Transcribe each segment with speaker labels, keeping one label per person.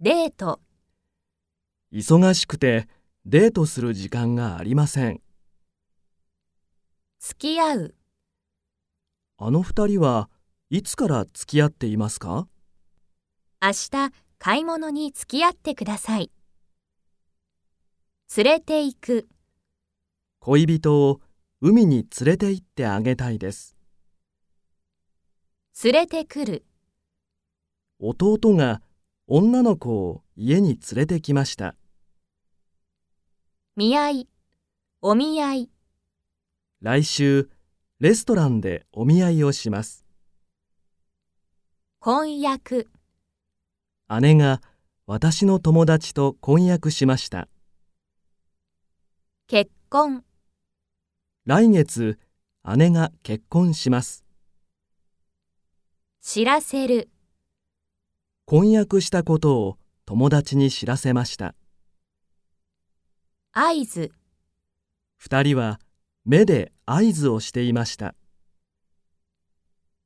Speaker 1: デート、
Speaker 2: 忙しくてデートする時間がありません。
Speaker 1: 付き合う、
Speaker 2: あの二人はいつから付き合っていますか
Speaker 1: 明日買い物に付き合ってください。連れて行く、
Speaker 2: 恋人を海に連れて行ってあげたいです。
Speaker 1: 連れてくる、
Speaker 2: 弟が女の子を家に連れてきました。
Speaker 1: 見合い、お見合い、
Speaker 2: 来週、レストランでお見合いをします。
Speaker 1: 婚約、
Speaker 2: 姉が私の友達と婚約しました。
Speaker 1: 結婚、
Speaker 2: 来月、姉が結婚します。
Speaker 1: 知らせる、
Speaker 2: 婚約したことを友達に知らせました。
Speaker 1: 合図、
Speaker 2: 二人は目で合図をしていました。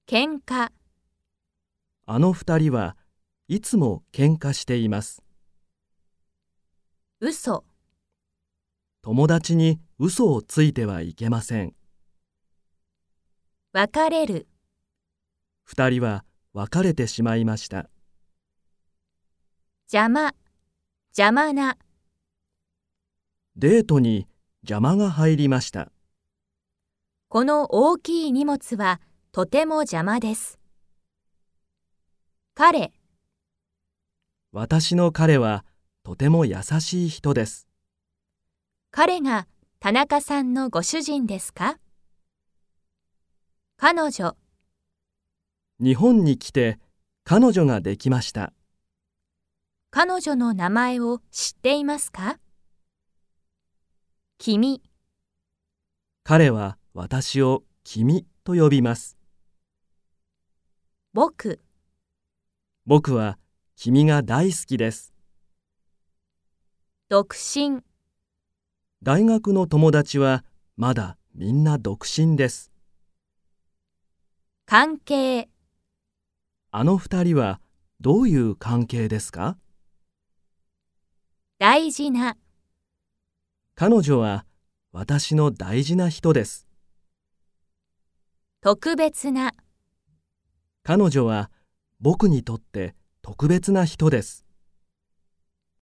Speaker 1: 喧嘩、
Speaker 2: あの二人はいつも喧嘩しています。
Speaker 1: 嘘、
Speaker 2: 友達に嘘をついてはいけません。
Speaker 1: 別れる、
Speaker 2: 二人は別れてしまいました。
Speaker 1: 邪魔、邪魔な、
Speaker 2: デートに邪魔が入りました。
Speaker 1: この大きい荷物はとても邪魔です。彼、
Speaker 2: 私の彼はとても優しい人です。
Speaker 1: 彼が田中さんのご主人ですか彼女、
Speaker 2: 日本に来て彼女ができました。
Speaker 1: 彼女の名前を知っていますか君、
Speaker 2: 彼は私を君と呼びます。
Speaker 1: 僕、
Speaker 2: 僕は君が大好きです。
Speaker 1: 独身、
Speaker 2: 大学の友達はまだみんな独身です。
Speaker 1: 関係、
Speaker 2: あの二人はどういう関係ですか
Speaker 1: 大事な、
Speaker 2: 彼女は私の大事な人です。
Speaker 1: 特別な、
Speaker 2: 彼女は僕にとって特別な人です。